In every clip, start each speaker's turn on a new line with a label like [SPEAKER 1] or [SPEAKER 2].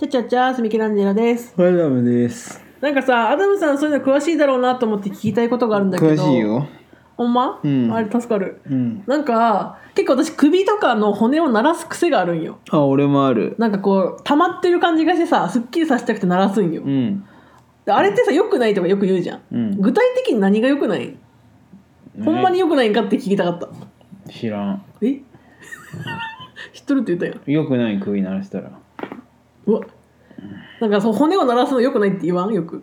[SPEAKER 1] ちゃちゃちゃ、すみきらんじらです。
[SPEAKER 2] はい、ダメです。
[SPEAKER 1] なんかさ、アダムさんそういうの詳しいだろうなと思って聞きたいことがあるんだけど。
[SPEAKER 2] 詳しい。よ。
[SPEAKER 1] ほんま、
[SPEAKER 2] うん
[SPEAKER 1] あれ助かる。
[SPEAKER 2] うん。
[SPEAKER 1] なんか、結構私首とかの骨を鳴らす癖があるんよ。
[SPEAKER 2] あ、俺もある。
[SPEAKER 1] なんかこう、溜まってる感じがしてさ、すっきりさせたくて鳴らすんよ。
[SPEAKER 2] うん。
[SPEAKER 1] であれってさ、良くないとかよく言うじゃん。
[SPEAKER 2] うん
[SPEAKER 1] 具体的に何が良くない、ほんまに良くないんかって聞きたかった。
[SPEAKER 2] 知らん。
[SPEAKER 1] え 知っとるって言ったよ。
[SPEAKER 2] よくない首鳴らしたら。
[SPEAKER 1] うわなんかそう骨を鳴らすの良くないって言わんよく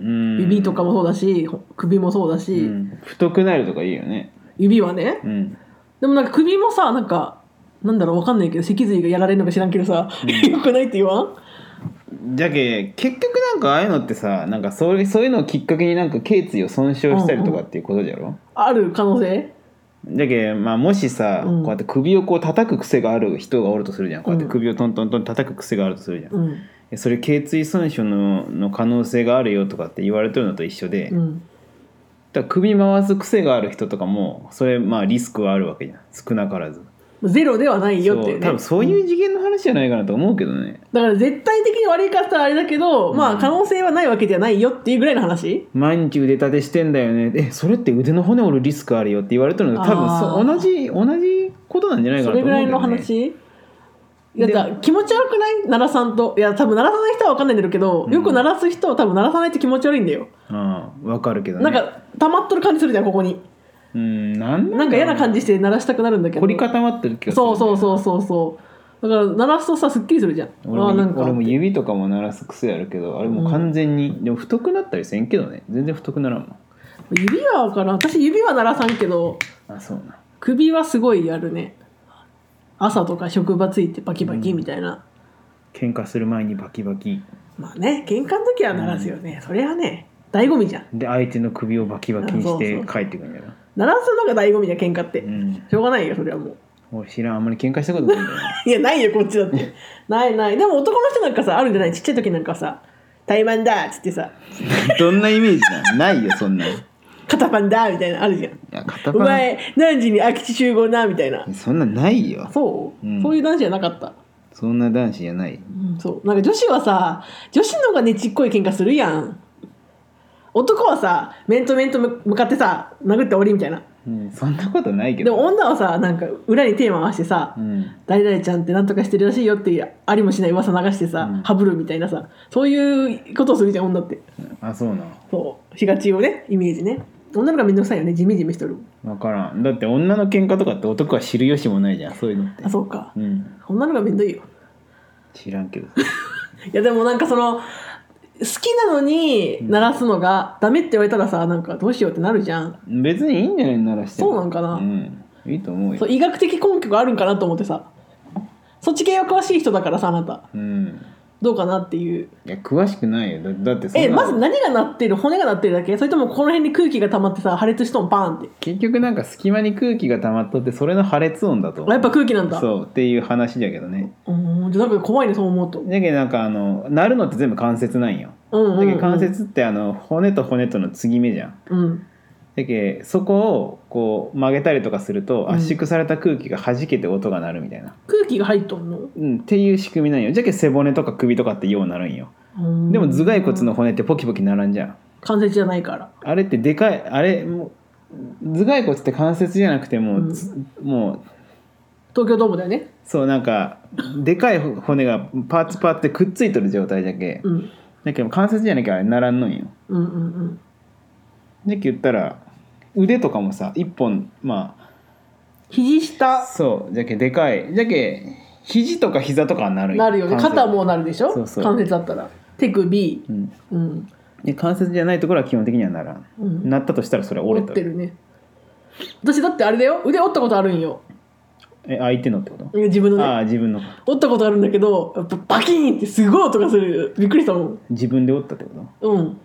[SPEAKER 2] うん。
[SPEAKER 1] 指とかもそうだし、ほ首もそうだし、
[SPEAKER 2] うん。太くなるとかいいよね。
[SPEAKER 1] 指はね
[SPEAKER 2] うん。
[SPEAKER 1] でもなんか首もさなんかなんだろうわかんないけど脊髄がやられるのか知らんけどさ、良くないって言わん
[SPEAKER 2] じゃけ、結局なんかああいうのってさ、なんかそういうそういうのをきっかけになんか頸椎を損傷したりとかっていうことじゃろ、
[SPEAKER 1] ある可能性
[SPEAKER 2] じゃけ、まあもしさ、
[SPEAKER 1] うん
[SPEAKER 2] こうやって首をこう叩く癖がある人がおるとするじゃん。こうやって
[SPEAKER 1] うん
[SPEAKER 2] 首をトントントン叩く癖があるとするじゃん。
[SPEAKER 1] うん
[SPEAKER 2] それ頸椎損傷のの可能性があるよとかって言われてるのと一緒で、
[SPEAKER 1] うん
[SPEAKER 2] だから首回す癖がある人とかもそれまあリスクはあるわけじゃん少なからず
[SPEAKER 1] ゼロではないよってい
[SPEAKER 2] そうう
[SPEAKER 1] ね
[SPEAKER 2] 多分そういう次元の話じゃないかなと思うけどね、
[SPEAKER 1] だから絶対的に悪いかしたらあれだけど、まあ可能性はないわけじゃないよっていうぐらいの話
[SPEAKER 2] 毎日腕立てしてんだよねえそれって腕の骨折るリスクあるよって言われてるのと多分
[SPEAKER 1] あ
[SPEAKER 2] そ
[SPEAKER 1] ー
[SPEAKER 2] 同じ同じことなんじゃないか
[SPEAKER 1] そ
[SPEAKER 2] な
[SPEAKER 1] れ
[SPEAKER 2] と思
[SPEAKER 1] ぐ
[SPEAKER 2] う
[SPEAKER 1] らい
[SPEAKER 2] け
[SPEAKER 1] の
[SPEAKER 2] ど、ね、
[SPEAKER 1] 話だっ
[SPEAKER 2] で
[SPEAKER 1] て気持ち悪くない鳴らさんといや多分鳴らさない人は分かんないんだろうけど、よく鳴らす人は多分鳴らさないって気持ち悪いんだよ、
[SPEAKER 2] うんわかるけどね
[SPEAKER 1] なんか溜まっとる感じするじゃんここに
[SPEAKER 2] うんなん
[SPEAKER 1] なんか嫌な感じして鳴らしたくなるんだけど
[SPEAKER 2] 凝り固まってる気がする
[SPEAKER 1] そうそうそうそうそうだから鳴らすとさすっきりするじゃん
[SPEAKER 2] 俺
[SPEAKER 1] あ
[SPEAKER 2] も
[SPEAKER 1] ーなんか
[SPEAKER 2] 俺も指とかも鳴らす癖あるけどあれもう完全に、でも太くなったりせんけどね全然太くならんもん
[SPEAKER 1] 指は分からん私指は鳴らさんけど
[SPEAKER 2] あそうな
[SPEAKER 1] 首はすごいやるね朝とか職場ついてバキバキみたいな、
[SPEAKER 2] 喧嘩する前にバキバキ
[SPEAKER 1] まあね喧嘩の時は鳴らすよね、それはね醍醐味じゃん
[SPEAKER 2] で相手の首をバキバキにし
[SPEAKER 1] あ
[SPEAKER 2] て
[SPEAKER 1] そうそ
[SPEAKER 2] 帰ってくんやろ
[SPEAKER 1] 鳴らすのが醍醐味じゃん喧嘩って、
[SPEAKER 2] うん
[SPEAKER 1] しょうがないよそれはもう
[SPEAKER 2] 俺知らんあんまり喧嘩したことないんだよね
[SPEAKER 1] いやないよこっちだってないないでも男の人なんかさあるんじゃないちっちゃい時なんかさ「台湾だ」っつってさ
[SPEAKER 2] どんなイメージなんないよそんなんい
[SPEAKER 1] 「肩パンだ」みたいなのあるじゃん「
[SPEAKER 2] や片
[SPEAKER 1] お前何時に空き地集合な」みたいな
[SPEAKER 2] そんなんないよ
[SPEAKER 1] そう、
[SPEAKER 2] うん
[SPEAKER 1] そういう男子じゃなかった、
[SPEAKER 2] そんな男子じゃない
[SPEAKER 1] うん、そうなんか女子はさ女子の方がねちっこい喧嘩するやん男はさ面と面と向かってさ殴って終わりみたいな
[SPEAKER 2] うんそんなことないけ
[SPEAKER 1] で
[SPEAKER 2] ど
[SPEAKER 1] も女はさなんか裏に手回してさ、
[SPEAKER 2] うん
[SPEAKER 1] 誰々ちゃんってなんとかしてるらしいよっていうありもしない噂流してさ、
[SPEAKER 2] うん
[SPEAKER 1] ハブるみたいなさそういうことをするじゃん女って
[SPEAKER 2] あそうな
[SPEAKER 1] そうしがちをねイメージね女の子がめんどくさいよねジメジメしとるもん
[SPEAKER 2] 分からんだって女の喧嘩とかって男は知る由もないじゃんそういうのって
[SPEAKER 1] あそうか
[SPEAKER 2] うん
[SPEAKER 1] 女の子がめんどいよ
[SPEAKER 2] 知らんけど
[SPEAKER 1] いやでもなんかその好きなのに鳴らすのがダメって言われたらさなんかどうしようってなるじゃん
[SPEAKER 2] 別にいいんじゃないならしても
[SPEAKER 1] そうなんかな
[SPEAKER 2] うんいいと思う
[SPEAKER 1] そ
[SPEAKER 2] よ
[SPEAKER 1] う医学的根拠があるんかなと思ってさそっち系は詳しい人だからさあなた
[SPEAKER 2] うん
[SPEAKER 1] どうかなっていう
[SPEAKER 2] いや詳しくないよだだってそんな
[SPEAKER 1] えまず何が鳴ってる骨が鳴ってるだけそれともこの辺に空気が溜まってさ破裂しとんパーンって
[SPEAKER 2] 結局なんか隙間に空気が溜まっとってそれの破裂音だと
[SPEAKER 1] あやっぱ空気なんだ
[SPEAKER 2] そうっていう話だけどね
[SPEAKER 1] うーんじゃあなんか怖いねそう思うと
[SPEAKER 2] だけどなんかあの鳴るのって全部関節なんよ
[SPEAKER 1] うんう
[SPEAKER 2] だ
[SPEAKER 1] ん、
[SPEAKER 2] け
[SPEAKER 1] う
[SPEAKER 2] ど
[SPEAKER 1] ん、
[SPEAKER 2] 関節ってあの骨と骨との継ぎ目じゃん
[SPEAKER 1] うん
[SPEAKER 2] だけどそこをこう曲げたりとかすると
[SPEAKER 1] うん
[SPEAKER 2] 圧縮された空気が弾けて音が鳴るみたいな、
[SPEAKER 1] 空気が入っとんの
[SPEAKER 2] うん、っていう仕組みなんよじゃけど背骨とか首とかってようなるんよ
[SPEAKER 1] うーん
[SPEAKER 2] でも頭蓋骨の骨ってポキポキならんじゃん
[SPEAKER 1] 関節じゃないから
[SPEAKER 2] あれってでかいあれもう頭蓋骨って関節じゃなくても
[SPEAKER 1] う
[SPEAKER 2] う、
[SPEAKER 1] ん
[SPEAKER 2] つもう
[SPEAKER 1] 東京ドームだよね
[SPEAKER 2] そうなんかでかい骨がパツパツってくっついとる状態だけ、
[SPEAKER 1] うん
[SPEAKER 2] だけど関節じゃなきゃあれならんのんよ
[SPEAKER 1] うんうんうん
[SPEAKER 2] だけど言ったら腕とかもさ一本ま
[SPEAKER 1] 肘下
[SPEAKER 2] あそうじゃけでかいじゃけ肘とか膝とかはなるん
[SPEAKER 1] なるよね
[SPEAKER 2] 関節
[SPEAKER 1] 肩もなるでしょ
[SPEAKER 2] そうそう
[SPEAKER 1] 関節だったら手首
[SPEAKER 2] うん
[SPEAKER 1] うん
[SPEAKER 2] で関節じゃないところは基本的にはならん、
[SPEAKER 1] うん
[SPEAKER 2] なったとしたらそれは
[SPEAKER 1] 折
[SPEAKER 2] 折れ
[SPEAKER 1] ったてるね私だってあれだよ腕折ったことあるんよ
[SPEAKER 2] え相手のってこと、
[SPEAKER 1] 自分の
[SPEAKER 2] あ
[SPEAKER 1] ね
[SPEAKER 2] あ自分の
[SPEAKER 1] 折ったことあるんだけどやっぱバキーンってすごい音がするびっくりしたもん
[SPEAKER 2] 自分で折ったってこと
[SPEAKER 1] うん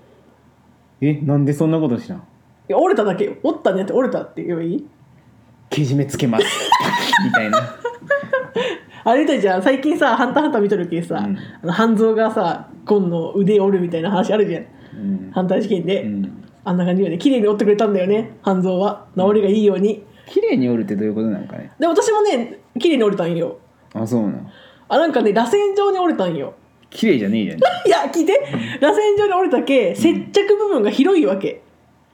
[SPEAKER 2] えなんでそんなことしなん
[SPEAKER 1] いや折れただけよ折ったねって折れたって言えばいい
[SPEAKER 2] けじめつけます みたいな
[SPEAKER 1] あれだじゃん最近さ「ハンターハンター」見とるけさ、
[SPEAKER 2] うん
[SPEAKER 1] あの半蔵がさ今の腕折るみたいな話あるじゃん
[SPEAKER 2] うん、
[SPEAKER 1] 反対試験で、
[SPEAKER 2] うん、
[SPEAKER 1] あんな感じよね綺麗に折ってくれたんだよね半蔵は治りがいいように、
[SPEAKER 2] 綺麗に折るってどういうことなんかね
[SPEAKER 1] で私もね綺麗に折れたんよ
[SPEAKER 2] あそうなん
[SPEAKER 1] あなんかね螺旋状に折れたんよ
[SPEAKER 2] 綺麗じゃねえじゃ
[SPEAKER 1] い
[SPEAKER 2] ん
[SPEAKER 1] や聞いて螺旋状に折れたけ接着部分が広いわけ、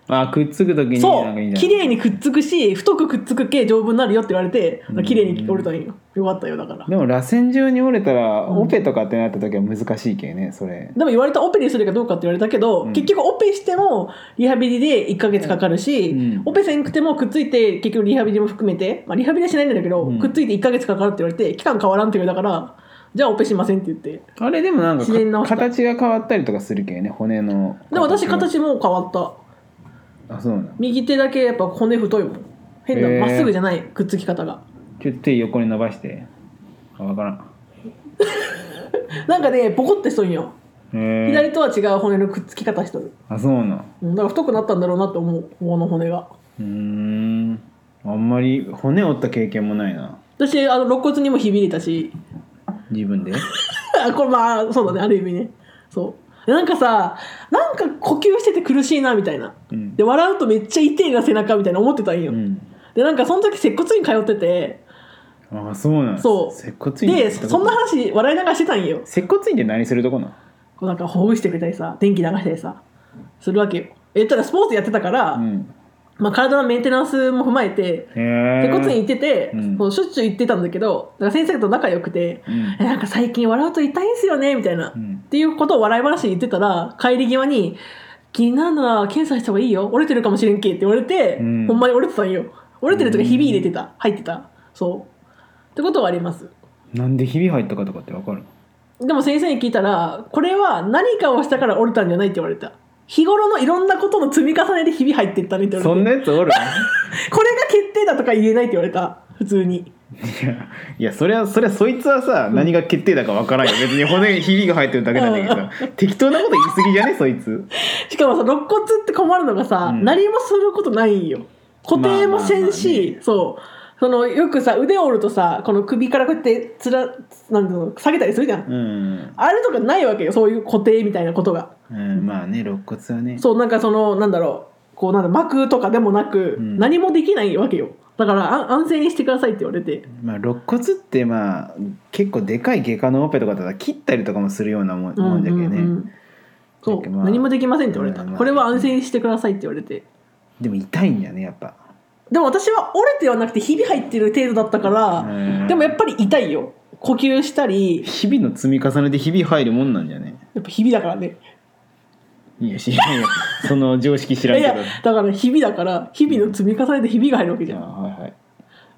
[SPEAKER 2] あくっつく時に
[SPEAKER 1] そ
[SPEAKER 2] なんかいいん
[SPEAKER 1] う
[SPEAKER 2] じゃない
[SPEAKER 1] 綺麗にくっつくし太くくっつくけ丈夫になるよって言われて
[SPEAKER 2] うん
[SPEAKER 1] 綺麗に折れたんよよかったよだから
[SPEAKER 2] でも螺旋状に折れたら
[SPEAKER 1] うん
[SPEAKER 2] オペとかってなった時は難しいけどねそれ
[SPEAKER 1] でも言われたオペにするかどうかって言われたけど、
[SPEAKER 2] うん
[SPEAKER 1] 結局オペしてもリハビリで1ヶ月かかるし、
[SPEAKER 2] うん
[SPEAKER 1] オペせんくてもくっついて結局リハビリも含めて、まあ、リハビリはしないんだけど、
[SPEAKER 2] うん
[SPEAKER 1] くっついて1ヶ月かかるって言われて期間変わらんって言われたからじゃあオペしませんって言って
[SPEAKER 2] あれでもなんか
[SPEAKER 1] 自然に
[SPEAKER 2] か
[SPEAKER 1] 治った
[SPEAKER 2] 形が変わったりとかするけどね骨の
[SPEAKER 1] でも私形も変わった
[SPEAKER 2] あそうなの
[SPEAKER 1] 右手だけやっぱ骨太いもん変な
[SPEAKER 2] へー
[SPEAKER 1] まっすぐじゃないくっつき方が
[SPEAKER 2] ちょっと手横に伸ばしてあ分からん
[SPEAKER 1] なんかねボコってしとんよ
[SPEAKER 2] へえ
[SPEAKER 1] 左とは違う骨のくっつき方しとる
[SPEAKER 2] あそうなの
[SPEAKER 1] うんだから太くなったんだろうなって思うこの骨が
[SPEAKER 2] うーんあんまり骨折った経験もないな
[SPEAKER 1] 私あの肋骨にもひび入れたし
[SPEAKER 2] 自分 で
[SPEAKER 1] これまあそうだねある意味ねそうなんかさなんか呼吸してて苦しいなみたいな
[SPEAKER 2] うん
[SPEAKER 1] で笑うとめっちゃ痛いな背中みたいな思ってたんよ、
[SPEAKER 2] うん
[SPEAKER 1] でなんかその時接骨院通ってて
[SPEAKER 2] あそうなの
[SPEAKER 1] そう
[SPEAKER 2] 接骨院
[SPEAKER 1] でそんな話笑いながらしてたんよ
[SPEAKER 2] 接骨院って何するとこなの
[SPEAKER 1] こうなんかほぐしてくれたりさ電気流したりさするわけよえただスポーツやってたから、
[SPEAKER 2] うん
[SPEAKER 1] まあ、体のメンテナンスも踏まえて
[SPEAKER 2] へえ
[SPEAKER 1] 接骨院行ってて、
[SPEAKER 2] うん
[SPEAKER 1] そうしょっちゅう行ってたんだけどだから先生と仲良くて
[SPEAKER 2] うん
[SPEAKER 1] 「えなんか最近笑うと痛いんすよね」みたいな、
[SPEAKER 2] う
[SPEAKER 1] っ
[SPEAKER 2] ん
[SPEAKER 1] ていうことを笑い話で言ってたら帰り際に「気になるなら検査した方がいいよ折れてるかもしれんけ」って言われて、
[SPEAKER 2] うん
[SPEAKER 1] ほんまに折れてたんよ折れてるとかひび入れてた入ってたそうってことはあります
[SPEAKER 2] なんでひび入ったかとかって分かるの
[SPEAKER 1] でも先生に聞いたらこれは何かをしたから折れたんじゃないって言われた日頃のいろんなことの積み重ねでひび入ってったねって言
[SPEAKER 2] そ
[SPEAKER 1] われ
[SPEAKER 2] ん
[SPEAKER 1] て
[SPEAKER 2] なやつおる
[SPEAKER 1] これが決定だとか言えないって言われた普通に
[SPEAKER 2] いやいやそりゃそりゃそいつはさ何が決定だか分からんよ別に骨にひびが入ってるだけなんだけどさ適当なこと言い過ぎじゃねそいつ
[SPEAKER 1] しかもさ肋骨って困るのがさ、
[SPEAKER 2] うん
[SPEAKER 1] 何もすることないんよ固定もせん
[SPEAKER 2] まあまあ
[SPEAKER 1] し、そうそのよくさ腕を折るとさこの首からこうやってつらなんていうの下げたりするじゃん、
[SPEAKER 2] うん、
[SPEAKER 1] あれとかないわけよそういう固定みたいなことが
[SPEAKER 2] うん、まあね肋骨はね
[SPEAKER 1] そうなんかそのなんだろうこうなんだ膜とかでもなく、
[SPEAKER 2] うん
[SPEAKER 1] 何もできないわけよだからあ安静にしてくださいって言われて
[SPEAKER 2] まあ、肋骨ってまあ結構でかい外科のオペとかだったら切ったりとかもするようなもん,、もんじゃけね、
[SPEAKER 1] うんうんうんそ
[SPEAKER 2] だけ
[SPEAKER 1] う、
[SPEAKER 2] どまあ
[SPEAKER 1] 何もできませんって言われた、
[SPEAKER 2] うんまあ
[SPEAKER 1] これは安静にしてくださいって言われて
[SPEAKER 2] でも痛いんだよねやっぱ
[SPEAKER 1] でも私は折れてはなくてひび入ってる程度だったから、
[SPEAKER 2] うん
[SPEAKER 1] でもやっぱり痛いよ呼吸したり
[SPEAKER 2] 日々の積み重ねで日々入るもんなんじゃね
[SPEAKER 1] やっぱひびだからね
[SPEAKER 2] いやしいやいやその常識知
[SPEAKER 1] い
[SPEAKER 2] ら
[SPEAKER 1] や
[SPEAKER 2] ん
[SPEAKER 1] い
[SPEAKER 2] け
[SPEAKER 1] や
[SPEAKER 2] ど
[SPEAKER 1] だからひびだから日々の積み重ねでひびが入るわけじゃん、
[SPEAKER 2] あはいはい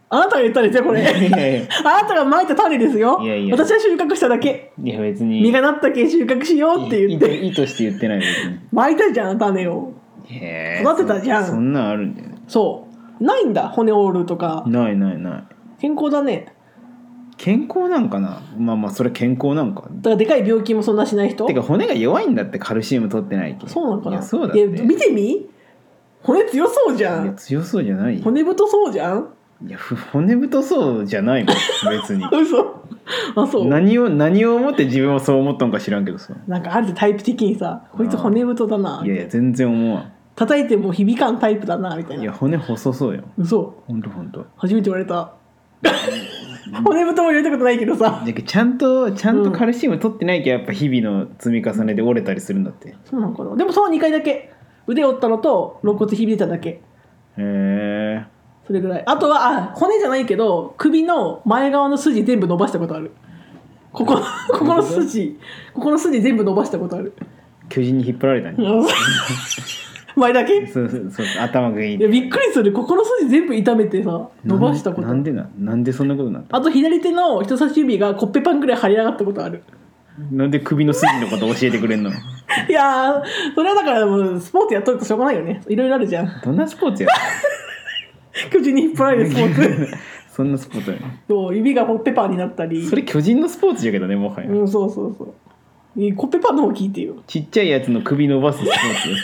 [SPEAKER 1] あなたが言ったんですよこれ
[SPEAKER 2] いやいやい
[SPEAKER 1] あなたが撒いた種ですよ
[SPEAKER 2] いやいや
[SPEAKER 1] 私は収穫しただけ
[SPEAKER 2] いや別に
[SPEAKER 1] 実がなったけ収穫しようって言っ
[SPEAKER 2] いい
[SPEAKER 1] て
[SPEAKER 2] いとして言ってない別
[SPEAKER 1] 撒いたじゃん種を
[SPEAKER 2] にへえ
[SPEAKER 1] 育てたじゃん
[SPEAKER 2] そそんなんあるんだよね
[SPEAKER 1] そうないんだ骨折るとか
[SPEAKER 2] ないないない
[SPEAKER 1] 健康だね
[SPEAKER 2] 健康なんかなまあまあそれ健康なんか
[SPEAKER 1] だからでかい病気もそんなしない人
[SPEAKER 2] てか骨が弱いんだってカルシウム取ってないけ
[SPEAKER 1] そうなのかない
[SPEAKER 2] やそうだってい
[SPEAKER 1] や見てみ骨強そうじゃ
[SPEAKER 2] や
[SPEAKER 1] ん
[SPEAKER 2] 強そうじゃないよ
[SPEAKER 1] 骨太そうじゃん
[SPEAKER 2] いやふ骨太そうじゃない もん別に
[SPEAKER 1] 嘘あそう
[SPEAKER 2] 何を何を思って自分はそう思ったのか知らんけどさ
[SPEAKER 1] なんかあるタイプ的にさこいつ骨太だない
[SPEAKER 2] やいや全然思わ
[SPEAKER 1] 叩いても響かんタイプだなみたい
[SPEAKER 2] んい
[SPEAKER 1] な
[SPEAKER 2] や骨細そうよ
[SPEAKER 1] 嘘
[SPEAKER 2] ほんとほんと
[SPEAKER 1] 初めて言われた骨太も言われたことないけどさ
[SPEAKER 2] じゃけちゃんとちゃんとカルシウム取ってないけどやっぱ日々の積み重ねで折れたりするんだってへ
[SPEAKER 1] そうなのかなでもその2回だけ腕折ったのと肋骨響いただけ
[SPEAKER 2] え
[SPEAKER 1] それぐらいあとはあ骨じゃないけど首の前側の筋全部伸ばしたことあるこ こここの筋ここの筋全部伸ばしたことある
[SPEAKER 2] 巨人に引っ張られた
[SPEAKER 1] う
[SPEAKER 2] ね
[SPEAKER 1] ん前だけ
[SPEAKER 2] そうそうそう頭がいい
[SPEAKER 1] いやびっくりするここの筋全部痛めてさ伸ばしたことあ
[SPEAKER 2] な
[SPEAKER 1] る
[SPEAKER 2] んでなんでななんでそんなことになった
[SPEAKER 1] あと左手の人差し指がコッペパンぐらい腫れ上がったことある。
[SPEAKER 2] なんで首の筋のこと教えてくれんの
[SPEAKER 1] いやー、それはだからもうスポーツやっとるとしょうがないよね。いろいろあるじゃん。
[SPEAKER 2] どんなスポーツや
[SPEAKER 1] 巨人に引っ張られるスポーツ。
[SPEAKER 2] そんなスポーツやの
[SPEAKER 1] そう指がコッペパンになったり。
[SPEAKER 2] それ巨人のスポーツやけどねもはや、
[SPEAKER 1] うん、そうそうそう。ねえコッペパンの方聞いてよ。ね
[SPEAKER 2] ちっちゃいやつの首伸ばすスポーツや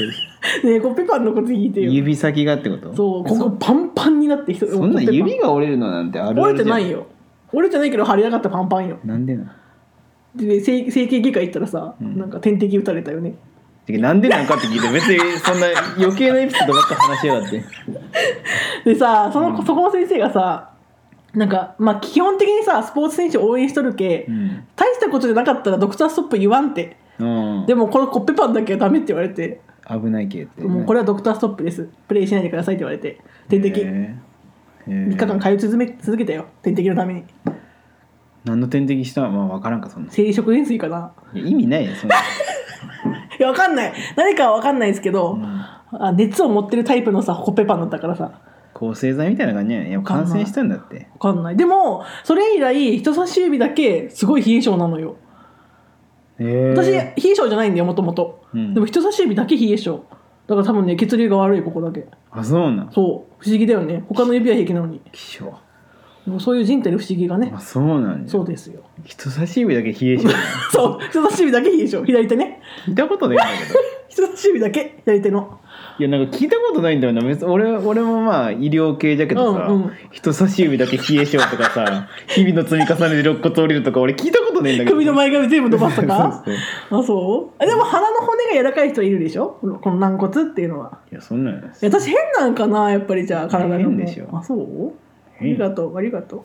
[SPEAKER 2] それ
[SPEAKER 1] えコッペパンのこと聞いてよ。
[SPEAKER 2] 指先がってこと
[SPEAKER 1] そう、ここパンパンになって人。
[SPEAKER 2] そん
[SPEAKER 1] コッ
[SPEAKER 2] な
[SPEAKER 1] ペパン
[SPEAKER 2] 指が折れるのなんてあるあ
[SPEAKER 1] 折
[SPEAKER 2] るじ
[SPEAKER 1] れ
[SPEAKER 2] ゃ
[SPEAKER 1] て
[SPEAKER 2] ん
[SPEAKER 1] ないよ。折れてないけど腫れ上がったパンパンよ。
[SPEAKER 2] なんでな
[SPEAKER 1] で、整整形外科行ったらさ、
[SPEAKER 2] うん
[SPEAKER 1] なんか点滴打たれたよね。
[SPEAKER 2] てかなんでなんかって聞いて別にそんな余計なエピソードばっか話しやがって
[SPEAKER 1] でさその、そこの先生がさなんかまあ基本的にさスポーツ選手応援しとるけ、
[SPEAKER 2] うん
[SPEAKER 1] 大したことじゃなかったらドクターストップ言わんって
[SPEAKER 2] うん
[SPEAKER 1] でもこのコッペパンだけはダメって言われて、
[SPEAKER 2] 危ない系ってね、
[SPEAKER 1] もうこれはドクターストップですプレイしないでくださいって言われて点滴3
[SPEAKER 2] へえへえ
[SPEAKER 1] 日間通い続め続けたよ点滴のために
[SPEAKER 2] 何の点滴したまあ分からんかそんな
[SPEAKER 1] 生理食塩水かない
[SPEAKER 2] や意味ないよそんな、
[SPEAKER 1] いやわかんない何かはわかんないですけど、
[SPEAKER 2] うん
[SPEAKER 1] あ熱を持ってるタイプのさコッペパンだったからさ
[SPEAKER 2] 抗生剤みたいな感じやねいや
[SPEAKER 1] かんない
[SPEAKER 2] 感染したんだって
[SPEAKER 1] わかんないでもそれ以来人差し指だけすごい冷え性なのよ
[SPEAKER 2] へえ
[SPEAKER 1] 私冷え性じゃないんだよもともと
[SPEAKER 2] うん
[SPEAKER 1] でも人差し指だけ冷え性だから多分ね血流が悪いここだけ
[SPEAKER 2] あそうなん
[SPEAKER 1] そう不思議だよね他の指は平気なのに
[SPEAKER 2] 気象
[SPEAKER 1] もうそういう人体の不思議がね
[SPEAKER 2] あそうなんじゃ
[SPEAKER 1] そうですよ
[SPEAKER 2] 人差し指だけ冷え性
[SPEAKER 1] そう人差し指だけ冷え性左手ね
[SPEAKER 2] 聞いたことないんだけど
[SPEAKER 1] 人差し指だけ左手の
[SPEAKER 2] いやなんか聞いたことないんだよな別に俺俺もまあ医療系だけどさ、
[SPEAKER 1] うんうん
[SPEAKER 2] 人差し指だけ冷え性とか さ日々の積み重ねで肋骨折れるとか俺聞いたことないんだけど
[SPEAKER 1] 首の前髪全部伸ばすとか
[SPEAKER 2] そうそう
[SPEAKER 1] あそうあでも鼻の骨が柔らかい人いるでしょこのこの軟骨っていうのはい
[SPEAKER 2] やそんなんです
[SPEAKER 1] いや私変なんかなやっぱりじゃあ体がもう
[SPEAKER 2] 変でしょ
[SPEAKER 1] あそうあ
[SPEAKER 2] 変
[SPEAKER 1] りがとうありがとう